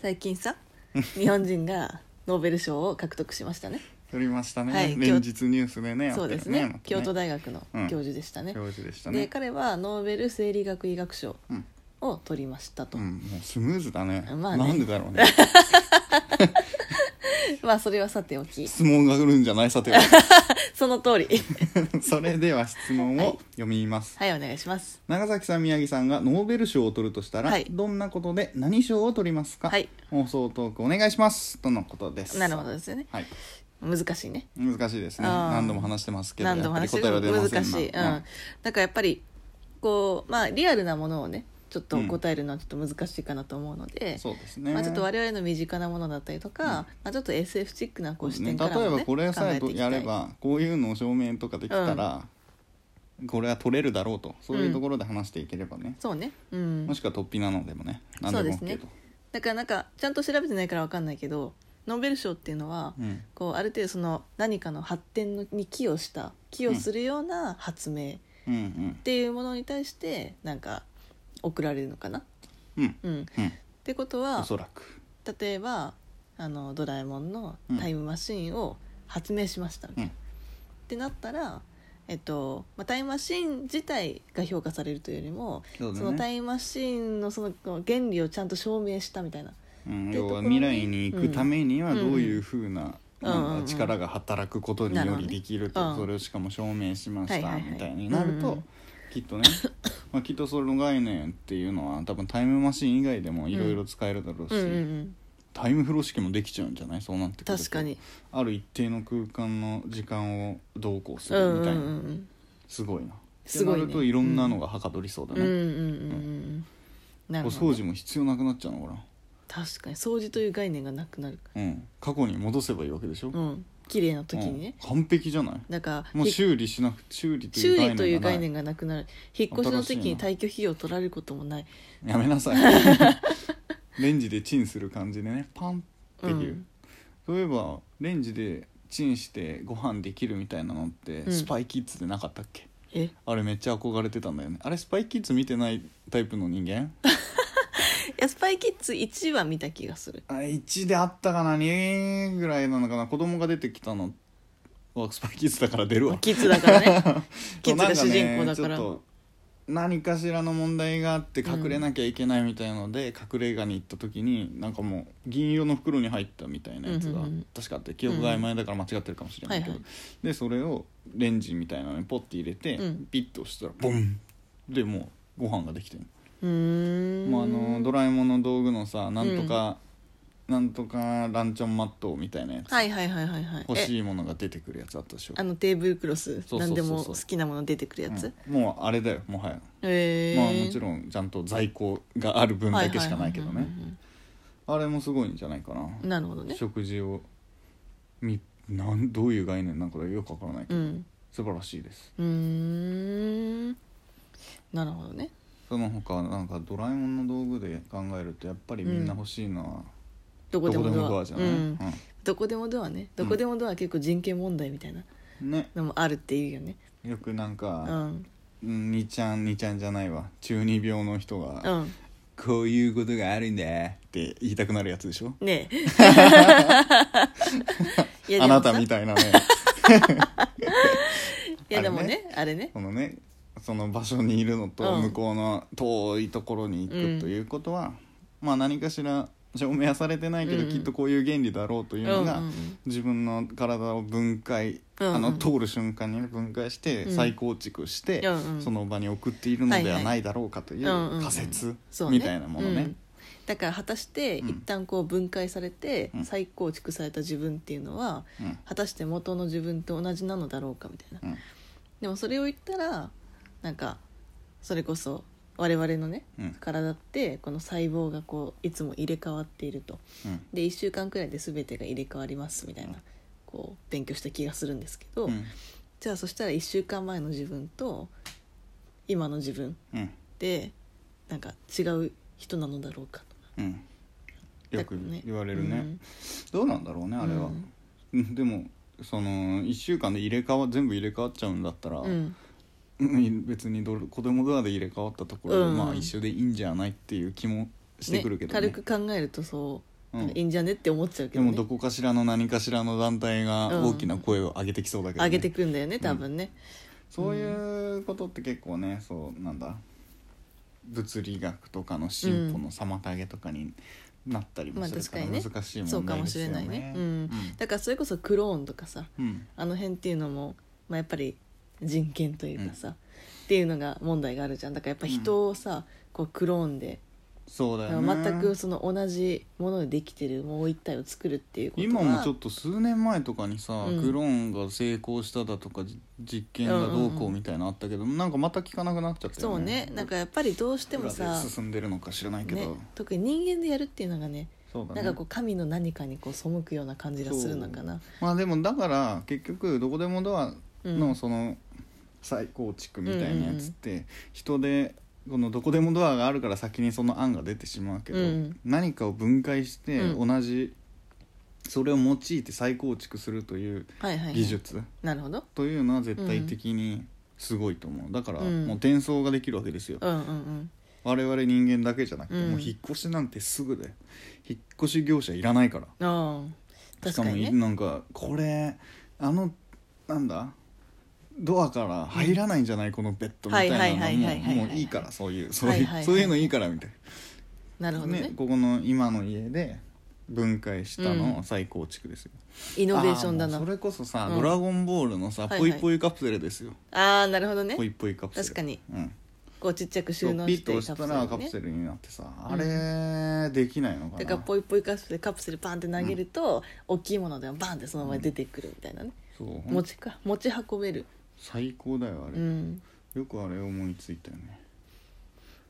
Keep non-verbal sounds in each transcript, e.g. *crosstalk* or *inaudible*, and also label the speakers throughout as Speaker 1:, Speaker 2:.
Speaker 1: 最近さ日本人がノーベル賞を獲得しましたね
Speaker 2: 取りましたね、
Speaker 1: はい
Speaker 2: 連日ニュースでね
Speaker 1: そうですね京都大学の教授でしたね,、
Speaker 2: 学教授でした
Speaker 1: で
Speaker 2: ね
Speaker 1: 彼はノーベル生理学医学賞
Speaker 2: うん、
Speaker 1: を取りましたと、
Speaker 2: うん、もうスムーズだね,、
Speaker 1: まあね
Speaker 2: なんでだろうね
Speaker 1: *laughs* まあそれはさておき
Speaker 2: 質問が来るんじゃないさ
Speaker 1: *laughs*
Speaker 2: ては
Speaker 1: その通り *laughs*
Speaker 2: それでは質問
Speaker 1: はい
Speaker 2: を読みます、
Speaker 1: はいお願いします
Speaker 2: 長崎さん宮城さんがノーベル賞を取るとしたら、
Speaker 1: はい
Speaker 2: どんなことで何賞を取りますか、
Speaker 1: はい
Speaker 2: 放送トークお願いしますとのことです
Speaker 1: なるほどですよね
Speaker 2: はい
Speaker 1: 難しいね
Speaker 2: 難しいですね
Speaker 1: あー
Speaker 2: 何度も話してますけど
Speaker 1: 何度も話して
Speaker 2: やっぱり答えは出ません
Speaker 1: 難しい、うん、なんかやっぱりこうまあリアルなものをねちょっと答えるのはちょっと難しいかなと思うので、
Speaker 2: そうですね、
Speaker 1: まあ、ちょっと我々の身近なものだったりとか、まあ、ちょっと SF チックなこう視
Speaker 2: ね、
Speaker 1: 点からも、
Speaker 2: 例
Speaker 1: ね
Speaker 2: えばこれさえ
Speaker 1: 考えていきた
Speaker 2: や
Speaker 1: い
Speaker 2: ればこういうのを証明とかできたら、これは取れるだろうとそういうところで話していければね、
Speaker 1: そうねうん
Speaker 2: もしくは突飛なのでもね何でも OK と
Speaker 1: そうですねだからなんかちゃんと調べてないからわかんないけどノーベル賞っていうのは、
Speaker 2: うん
Speaker 1: こうある程度その何かの発展のに寄与した寄与するような発明っ
Speaker 2: うんうん
Speaker 1: ていうものに対してなんか贈られるのかな、
Speaker 2: うん
Speaker 1: うん、っ
Speaker 2: うん
Speaker 1: てことは
Speaker 2: おそらく
Speaker 1: 例えばあのドラえもんのタイムマシーンを発明しましたみたいな、
Speaker 2: うん
Speaker 1: ってなったら、えっとまあ、タイムマシーン自体が評価されるというよりも
Speaker 2: そうだね
Speaker 1: のタイムマシーンのそのこう原理をちゃんと証明したみたいな
Speaker 2: うん、
Speaker 1: っていうと
Speaker 2: 要
Speaker 1: こ
Speaker 2: は
Speaker 1: ろ
Speaker 2: 未来に行くためにはどういうふうな,、
Speaker 1: うん
Speaker 2: な
Speaker 1: うん
Speaker 2: ん
Speaker 1: うん
Speaker 2: か力が働くことに
Speaker 1: なる
Speaker 2: よ
Speaker 1: ほど
Speaker 2: り
Speaker 1: ね
Speaker 2: できる
Speaker 1: う
Speaker 2: と
Speaker 1: ん
Speaker 2: それをしかも証明しまし
Speaker 1: はい
Speaker 2: た
Speaker 1: はいはい
Speaker 2: みたいになる
Speaker 1: うんう
Speaker 2: と
Speaker 1: ん
Speaker 2: きっとねまあきっとその概念っていうのは多分タイムマシン以外でもいろいろ使えるだろうし、
Speaker 1: うんうんうん、
Speaker 2: タイムフロー式もできちゃうんじゃないそうなってくると
Speaker 1: 確かに
Speaker 2: ある一定の空間の時間をどうこうす
Speaker 1: うんう
Speaker 2: るみ
Speaker 1: ん
Speaker 2: た
Speaker 1: う
Speaker 2: いな、
Speaker 1: ん
Speaker 2: すごいな
Speaker 1: すごいね
Speaker 2: ってなるといろんなのがはかどりそうだ
Speaker 1: うんうんうんうんう
Speaker 2: ね、
Speaker 1: んな
Speaker 2: お
Speaker 1: るほど
Speaker 2: 掃除も必要なくなっちゃうのかな
Speaker 1: 確かに掃除という概念がなくなるか
Speaker 2: うん過去に戻せばいいわけでしょ、
Speaker 1: らうん綺麗な時にね、
Speaker 2: うん完璧じゃない
Speaker 1: だか
Speaker 2: も
Speaker 1: ら
Speaker 2: う
Speaker 1: ひ
Speaker 2: 修理しなく修理という
Speaker 1: 修
Speaker 2: 概
Speaker 1: 理
Speaker 2: 念
Speaker 1: という
Speaker 2: がな
Speaker 1: 概
Speaker 2: い
Speaker 1: 念がなくなる引っ越しの時
Speaker 2: 新しい
Speaker 1: に
Speaker 2: な
Speaker 1: 退去費用を取られることもない
Speaker 2: やめなさい
Speaker 1: *laughs*
Speaker 2: レンジでチンする感じでねパンっていう、
Speaker 1: うん
Speaker 2: そういえばレンジでチンしてご飯できるみたいなのって、
Speaker 1: うん
Speaker 2: スパイキッズでなかったっけ
Speaker 1: え
Speaker 2: あれめっちゃ憧れてたんだよねあれスパイキッズ見てないタイプの人間
Speaker 1: いやスパイキッズ1は見た気がする
Speaker 2: *laughs* あれ1であったかな2ぐらいなのかな子供が出てきたのはスパイキッズだから出るわ
Speaker 1: キッズだから
Speaker 2: *laughs*
Speaker 1: ねキッズが主人公
Speaker 2: な
Speaker 1: だ
Speaker 2: んね
Speaker 1: から
Speaker 2: ちょっと何かしらの問題があって隠れなきゃいけないみたいので、隠れ家に行った時になんかもう銀色の袋に入ったみたいなやつ
Speaker 1: う
Speaker 2: が、
Speaker 1: んうんうん
Speaker 2: 確かあって記憶が曖昧だから間違ってるかもしれないけど、
Speaker 1: はいは
Speaker 2: でそれをレンジみたいなのにポッて入れて、
Speaker 1: うん
Speaker 2: ピッと押したらボンでもうご飯ができてる
Speaker 1: うーん
Speaker 2: もうあのドラえもんの道具のさなんとか、なんとかランチョンマットみたいなやつ、
Speaker 1: はいはいはいはいはい
Speaker 2: 欲
Speaker 1: え
Speaker 2: しいものが出てくるやつあったでしょ
Speaker 1: あのテーブルクロス
Speaker 2: そうそうそうそう
Speaker 1: 何でも好きなもの出てくるやつ、
Speaker 2: うんもうあれだよもはや、
Speaker 1: ええ
Speaker 2: まあもちろんちゃんと在庫がある分だけしかないけどねあれもすごいんじゃないかな、
Speaker 1: なるほどね
Speaker 2: 食事をみなんどういう概念なんかよくわからないけ
Speaker 1: う
Speaker 2: ど、
Speaker 1: ん
Speaker 2: 素晴らしいです
Speaker 1: うーんなるほどね
Speaker 2: その他なんかドラえもんの道具で考えるとやっぱりみんな欲しいのは、
Speaker 1: どこ
Speaker 2: ど
Speaker 1: で
Speaker 2: こ
Speaker 1: も
Speaker 2: でもド
Speaker 1: ド
Speaker 2: ア
Speaker 1: ア
Speaker 2: じゃない、
Speaker 1: うん、どこでもドアねどこでもドアは結構人権問題みたいな
Speaker 2: うんね
Speaker 1: のもあるっていうよね
Speaker 2: よくなんか、
Speaker 1: うん
Speaker 2: うんにちゃんにちゃんじゃないわ中二病の人が、
Speaker 1: うん
Speaker 2: こういうことがあるんだって言いたくなるやつでしょ
Speaker 1: ね
Speaker 2: *laughs*
Speaker 1: えいやでもさ
Speaker 2: あなたみたいなね
Speaker 1: いやでもねあれね
Speaker 2: このねその場所にいるのと
Speaker 1: うん
Speaker 2: 向こうの遠いところに行
Speaker 1: う
Speaker 2: く
Speaker 1: ん
Speaker 2: ということは、まあ何かしら証明はされてないけど、
Speaker 1: うんうん
Speaker 2: きっとこういう原理だろうというのが、
Speaker 1: うんうんうん
Speaker 2: 自分の体を分解、
Speaker 1: うんうん
Speaker 2: あの通る瞬間にね分解して
Speaker 1: うん
Speaker 2: 再構築して、
Speaker 1: うんうん
Speaker 2: その場に送っているのではないだろうかとい
Speaker 1: はいはいうんうんう
Speaker 2: うん仮説
Speaker 1: そうね
Speaker 2: みたいなものね。
Speaker 1: うんだから果たして
Speaker 2: うん
Speaker 1: 一旦こう分解されて
Speaker 2: うん
Speaker 1: 再構築された自分っていうのは
Speaker 2: うん
Speaker 1: 果たして元の自分と同じなのだろうかみたいな
Speaker 2: うん
Speaker 1: でもそれを言ったらなんかそれこそ我々のね
Speaker 2: うん
Speaker 1: 体ってこの細胞がこういつも入れ替わっていると
Speaker 2: うん
Speaker 1: で1週間くらいで全てが入れ替わりますみたいなこう勉強した気がするんですけど、
Speaker 2: うん
Speaker 1: じゃあそしたら1週間前の自分と今の自分
Speaker 2: うん
Speaker 1: でなんか違う人なのだろうかと
Speaker 2: うんよく言われるね、
Speaker 1: うん
Speaker 2: どうなんだろうねあれは、うんでもその1週間で入れ替わ全部入れ替わっちゃうんだったら、
Speaker 1: うん
Speaker 2: うん別にどれ子供ドアで入れ替わったところで、
Speaker 1: うん
Speaker 2: まあ一緒でいいんじゃないっていう気もしてくるけど、ね
Speaker 1: 軽く考えるとそう、
Speaker 2: うん
Speaker 1: なんかいいんじゃねって思っちゃうけ
Speaker 2: で
Speaker 1: ど、ね、
Speaker 2: もどこかしらの何かしらの団体が大きな声を上げてきそうだけど、ね
Speaker 1: 上げてくるんだよね多分ね、
Speaker 2: そういうことって結構ねそうなんだ物理学とかの進歩の妨げとかになったりも
Speaker 1: まあ
Speaker 2: する
Speaker 1: 確か
Speaker 2: か
Speaker 1: らにね
Speaker 2: 難しい
Speaker 1: そ
Speaker 2: 問
Speaker 1: うか
Speaker 2: 題
Speaker 1: も
Speaker 2: で
Speaker 1: し
Speaker 2: す
Speaker 1: れ
Speaker 2: よ
Speaker 1: ないね
Speaker 2: ね。、
Speaker 1: うんだからそれこそクローンとかさ
Speaker 2: うんうん
Speaker 1: あの辺っていうのも、まあ、やっぱり人権というかさ、っていうのが問題があるじゃんだからやっぱ人をさ、こうクローンで、
Speaker 2: そうだよね
Speaker 1: 全くその同じものでできてるもう一体を作るっていうことは
Speaker 2: 今もちょっと数年前とかにさ、
Speaker 1: うん
Speaker 2: クローンが成功しただとかじ実験がどうこうみたいなのあったけど、なんかまた聞かなくなっちゃった
Speaker 1: そう
Speaker 2: よ
Speaker 1: ね
Speaker 2: ね
Speaker 1: なんかやっぱりどうしても
Speaker 2: 裏
Speaker 1: さ
Speaker 2: で、進んでるのか知らないけど、
Speaker 1: ね、特に人間でやるっていうのがね
Speaker 2: そうだ
Speaker 1: な
Speaker 2: ね
Speaker 1: んかこう神の何かにこう背くような感じがするのかな
Speaker 2: まあでもだから結局どこでもドア
Speaker 1: うん
Speaker 2: のその再構築みたいなやつって人でこのどこでもドアがあるから先にその案が出てしまうけど、
Speaker 1: うん
Speaker 2: 何かを分解して
Speaker 1: うん
Speaker 2: 同じそれを用いて再構築するという
Speaker 1: はいはいはい
Speaker 2: 技術
Speaker 1: なるほど
Speaker 2: というのは絶対的にすごいと思うだから
Speaker 1: うん
Speaker 2: もう転送ができるわけですよ、
Speaker 1: うんうんうん
Speaker 2: 我々人間だけじゃなくて、
Speaker 1: うん
Speaker 2: もう引っ越しなんてすぐで引っ越し業者いらないから
Speaker 1: ああ
Speaker 2: し
Speaker 1: 確
Speaker 2: か
Speaker 1: か
Speaker 2: も
Speaker 1: にね
Speaker 2: なんかこれあのなんだドアから入らないんじゃないこのベッドみたいな
Speaker 1: はいはいはいはいはいは
Speaker 2: のも
Speaker 1: い
Speaker 2: もういいからそういうそうい
Speaker 1: はいはいう
Speaker 2: そういうのいいからみたい
Speaker 1: なる
Speaker 2: な
Speaker 1: ほどね
Speaker 2: ねここの今の家で分解したの
Speaker 1: うん
Speaker 2: を再構築ですよ
Speaker 1: イ
Speaker 2: イ
Speaker 1: ノベーションだな
Speaker 2: それこそさ
Speaker 1: うん
Speaker 2: ドラゴンボールのさ
Speaker 1: はい
Speaker 2: ぽ
Speaker 1: はい
Speaker 2: いぽいカプセルですよ
Speaker 1: ああなるほどね
Speaker 2: ぽいぽいカプセル
Speaker 1: 確かに
Speaker 2: うん
Speaker 1: こうちっちゃく
Speaker 2: そ
Speaker 1: 収
Speaker 2: う
Speaker 1: 納
Speaker 2: ピ
Speaker 1: し
Speaker 2: ッと
Speaker 1: て
Speaker 2: 押したらカプセ
Speaker 1: ルね
Speaker 2: ルになってさあれできないのか
Speaker 1: だから
Speaker 2: な
Speaker 1: ポイポイカプセルカプセルパンって投げると、大きいものでもバンってそのまま出てくるみたいなね、
Speaker 2: そう
Speaker 1: 持ちか持ち運べる
Speaker 2: 最高だよあ
Speaker 1: う
Speaker 2: れ
Speaker 1: ん
Speaker 2: よくあれ思いついたよね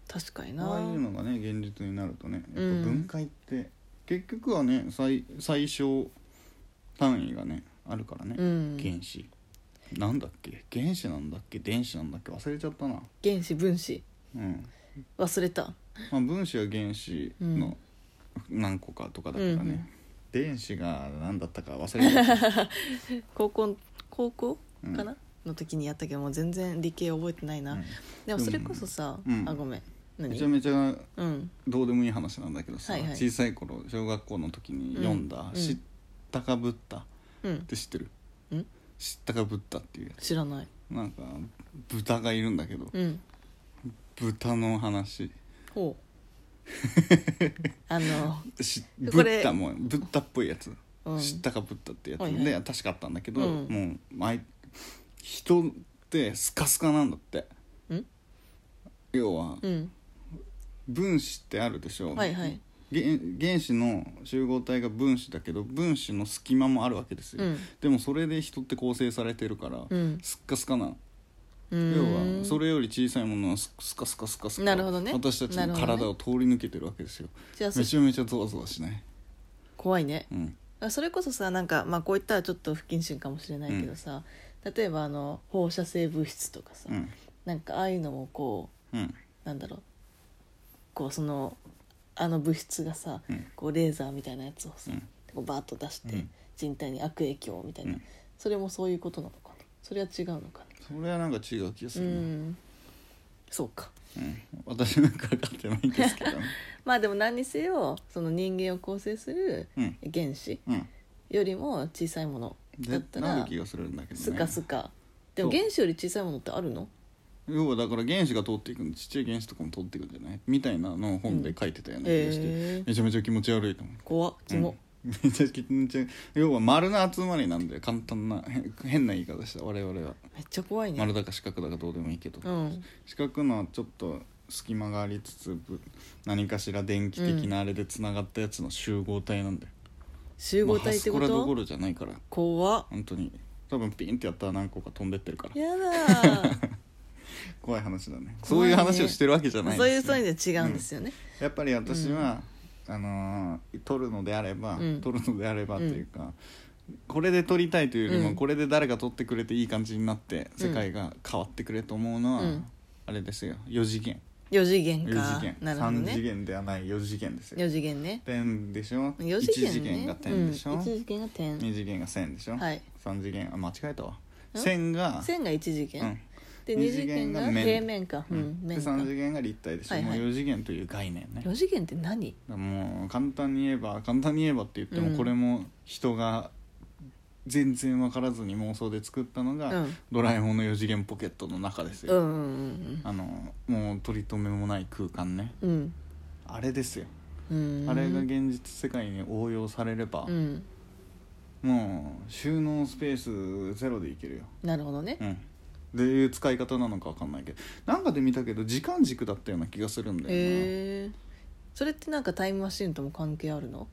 Speaker 1: 確かにな
Speaker 2: ああいうのがね現実になるとねやっぱ
Speaker 1: うん
Speaker 2: 分解って、結局はね最最小単位がねあるからね、
Speaker 1: うん
Speaker 2: 原子なんだっけ原子なんだっけ電子なんだっけ忘れちゃったな
Speaker 1: 原子分子
Speaker 2: うん、
Speaker 1: 忘れた
Speaker 2: まあ、分子は原子の何個かとかだからね、電子が何だったか忘れちゃった
Speaker 1: *laughs* 高校高校
Speaker 2: うん
Speaker 1: かな、の時にやったけどもう全然理系覚えてないな、
Speaker 2: うん
Speaker 1: でもそれこそさ、
Speaker 2: うん
Speaker 1: あごめん
Speaker 2: めちゃ
Speaker 1: 何
Speaker 2: めちゃ
Speaker 1: うん
Speaker 2: どうでもいい話なんだけどさ、
Speaker 1: はいはい
Speaker 2: 小さい頃小学校の時に読ん
Speaker 1: うん
Speaker 2: だ「知ったかぶった」っ
Speaker 1: うん
Speaker 2: て知ってる、
Speaker 1: うん
Speaker 2: 知ったかぶったっていうやつ
Speaker 1: 知らない
Speaker 2: なんか豚がいるんだけど
Speaker 1: うん
Speaker 2: 豚の話
Speaker 1: ほ
Speaker 2: *laughs*
Speaker 1: うあの
Speaker 2: し
Speaker 1: これ
Speaker 2: ブッダもブッダっぽいやつ、
Speaker 1: うん
Speaker 2: 知ったかブッダってやつ、
Speaker 1: はいはい
Speaker 2: で確かあったんだけど、
Speaker 1: うん
Speaker 2: もう毎人ってスカスカなんだって
Speaker 1: ん
Speaker 2: 要は
Speaker 1: うん
Speaker 2: 分子ってあるでしょ、
Speaker 1: はいはい
Speaker 2: げ原子の集合体が分子だけど分子の隙間もあるわけですよ、
Speaker 1: うん
Speaker 2: でもそれで人って構成されてるから、
Speaker 1: うん
Speaker 2: スッカスカなの
Speaker 1: 要
Speaker 2: 要はそれより小さいものはススカスカスカスカ
Speaker 1: なるほどね
Speaker 2: 私たち
Speaker 1: な
Speaker 2: の
Speaker 1: るほ
Speaker 2: 体
Speaker 1: ど
Speaker 2: を通り抜けてるわけですよ、
Speaker 1: じゃあそ
Speaker 2: めちゃめちゃゾワゾワしない、
Speaker 1: 怖いね
Speaker 2: うん、
Speaker 1: それこそさなんか、まあ、こういったらちょっと不謹慎かもしれないけどさ、例えばあの放射性物質とかさ、
Speaker 2: うん
Speaker 1: なんかああいうのもこ
Speaker 2: うん
Speaker 1: うなんだろうこうそのあの物質がさ、
Speaker 2: うん
Speaker 1: こうレーザーみたいなやつをさ、
Speaker 2: うん
Speaker 1: こうバーッと出して、
Speaker 2: うん
Speaker 1: 人体に悪影響みたいな、
Speaker 2: うん
Speaker 1: それもそういうことなのかなそれは違うのか
Speaker 2: それはなんか違う気がす
Speaker 1: なう
Speaker 2: るね、
Speaker 1: んそうか
Speaker 2: うん私なんか分かってないんですけどね
Speaker 1: *laughs* まあでも何にせよその人間を構成する
Speaker 2: うん
Speaker 1: 原子
Speaker 2: うん
Speaker 1: よりも小さいものだ
Speaker 2: で
Speaker 1: った
Speaker 2: なる
Speaker 1: ら
Speaker 2: 気がするんだけどね
Speaker 1: スカスカでも
Speaker 2: そう
Speaker 1: 原子より小さいものってあるの
Speaker 2: 要はだから原子が通っていくのちっちゃい原子とかも通っていくんじゃないみたいなのを本で書いてたような気がして、
Speaker 1: へー
Speaker 2: めちゃめちゃ気持ち悪いと思う
Speaker 1: 怖っキモ、
Speaker 2: めちゃ気持ち悪い要は丸の集まりなんで簡単なへん変な言い方した我々は
Speaker 1: めっちゃ怖いね
Speaker 2: 丸だか四角だかどうでもいいけど、
Speaker 1: うん
Speaker 2: 四角のはちょっと隙間がありつつぶ何かしら電気的なあれでつながったやつの集合体なんだよ、
Speaker 1: 集合体ってこ
Speaker 2: まあ、そこらどことろじゃないから
Speaker 1: 怖っ
Speaker 2: 本当に多分ピンってやったら何個か飛んでってるから
Speaker 1: や
Speaker 2: *laughs*
Speaker 1: だー
Speaker 2: 怖い話だねそ
Speaker 1: 怖
Speaker 2: う
Speaker 1: いね
Speaker 2: いう話をしてるわけじゃない
Speaker 1: そういう
Speaker 2: ですよ
Speaker 1: そういうのは違うんですよね、
Speaker 2: やっぱり私は、あのー撮るのであれば、
Speaker 1: うん
Speaker 2: 撮るのであればというか、これで撮りたいというよりも、
Speaker 1: うん
Speaker 2: これで誰が撮ってくれていい感じになって
Speaker 1: うん
Speaker 2: 世界が変わってくれと思うのは、
Speaker 1: うん
Speaker 2: あれですよ4次元
Speaker 1: 四4次元
Speaker 2: 4
Speaker 1: か
Speaker 2: 次元、
Speaker 1: なるほど
Speaker 2: 3次
Speaker 1: ね
Speaker 2: 元ではない4次元ですよ
Speaker 1: 4次元ね
Speaker 2: 点でしょ
Speaker 1: 4
Speaker 2: 1
Speaker 1: 次元ね
Speaker 2: 次元が点でしょ、
Speaker 1: うん、1次元が点
Speaker 2: 2次元が線でしょ、
Speaker 1: はい
Speaker 2: 3次元あ間違えたわ
Speaker 1: ん
Speaker 2: 線が
Speaker 1: 線が1次元、
Speaker 2: うん
Speaker 1: で
Speaker 2: 二
Speaker 1: 二
Speaker 2: 次
Speaker 1: 次
Speaker 2: 元
Speaker 1: 元
Speaker 2: が
Speaker 1: が
Speaker 2: 面
Speaker 1: 平面か、う、
Speaker 2: うんんで
Speaker 1: 面か
Speaker 2: 3次元が立体でしょ、
Speaker 1: はいはい
Speaker 2: もう4次元という概念ねだか
Speaker 1: 四次元って何
Speaker 2: らもう簡単に言えば簡単に言えばって言って
Speaker 1: うん
Speaker 2: もこれも人が全然分からずに妄想で作ったの
Speaker 1: うん
Speaker 2: が、
Speaker 1: うん
Speaker 2: ドラえもんの4次元ポケットの中です
Speaker 1: う
Speaker 2: よ、
Speaker 1: んうん
Speaker 2: あのもう取り留めもない空間ね
Speaker 1: うん
Speaker 2: あれですよ、
Speaker 1: うん
Speaker 2: あれが現実世界に応用されれば
Speaker 1: う、ん
Speaker 2: もう収納スペースゼロでいけるよ
Speaker 1: なるほどね
Speaker 2: うんどういう使い方なのか分かんないけどなんかで見たけど時間軸だったような気がするんだよな、
Speaker 1: へえそれってなんかタイムマシーンとも関係あるの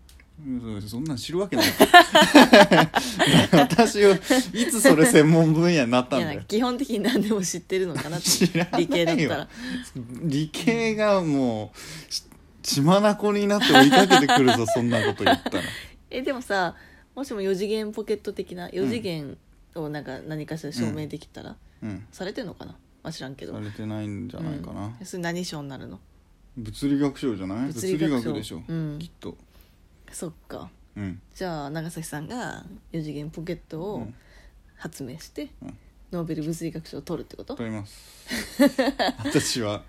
Speaker 2: うんそそんなん知るわけない私をいつそれ専門分野になったん
Speaker 1: い
Speaker 2: だ
Speaker 1: や
Speaker 2: よ
Speaker 1: 基本的に何でも知ってるのかなって
Speaker 2: 知らない
Speaker 1: 理系
Speaker 2: よ
Speaker 1: だったら
Speaker 2: 理系がもうし血眼になって追いかけて
Speaker 1: *laughs*
Speaker 2: くるぞそんなこと言ったら
Speaker 1: えでもさもしも4次元ポケット的な4次元をなんか何かしら証明できたら、
Speaker 2: うん
Speaker 1: されてんのかな、まあ、知らんけど
Speaker 2: されてないんじゃないかな、
Speaker 1: うんそれ何賞になるの
Speaker 2: 物理学賞じゃない物理学
Speaker 1: 賞
Speaker 2: でしょ、
Speaker 1: うん
Speaker 2: きっと
Speaker 1: そっか
Speaker 2: うん
Speaker 1: じゃあ長崎さんが4次元ポケット
Speaker 2: う
Speaker 1: を
Speaker 2: ん
Speaker 1: 発明して、
Speaker 2: うん
Speaker 1: ノーベル物理学賞を取るってこと
Speaker 2: 取ります私は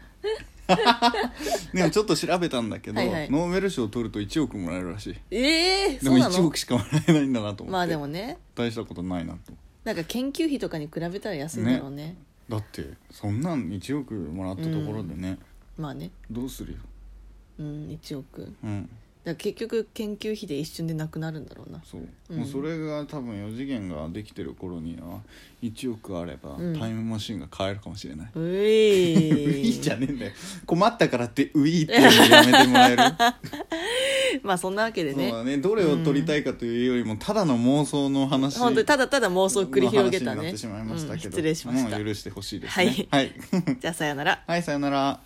Speaker 2: でもちょっと調べたんだけど
Speaker 1: はいはい
Speaker 2: ノーベル賞を取ると1億もらえるらしい
Speaker 1: ええ
Speaker 2: で
Speaker 1: そ
Speaker 2: も
Speaker 1: うな
Speaker 2: 1
Speaker 1: の
Speaker 2: 億しかもらえないんだなと思って
Speaker 1: まあでもね
Speaker 2: 大したことないなと
Speaker 1: なんか研究費とかに比べたら安いんだろうね
Speaker 2: だってそんなん1億もらったところでね、
Speaker 1: まあね
Speaker 2: どうするよ
Speaker 1: うん1億だか
Speaker 2: うん
Speaker 1: ら結局研究費で一瞬でなくなるんだ
Speaker 2: *laughs*
Speaker 1: ろうな
Speaker 2: そう、
Speaker 1: うん
Speaker 2: もうそれが多分4次元ができてる頃には1億あれば
Speaker 1: うん
Speaker 2: タイムマシンが買えるかもしれない、
Speaker 1: う
Speaker 2: う
Speaker 1: い
Speaker 2: *laughs* いじゃねえんだよ困ったからってういっていうのやめてもらえる
Speaker 1: まあそんなわけで
Speaker 2: そう
Speaker 1: ね
Speaker 2: だねどれを撮りたいかというよりもただの妄想の話
Speaker 1: 本当にただただ妄想を繰り広げた
Speaker 2: の話になっ
Speaker 1: ね
Speaker 2: てしまいましたけど、
Speaker 1: うん失礼しました
Speaker 2: もう許してほしいですね *laughs*
Speaker 1: はい
Speaker 2: はい、
Speaker 1: じゃあさよなら
Speaker 2: はい、さよなら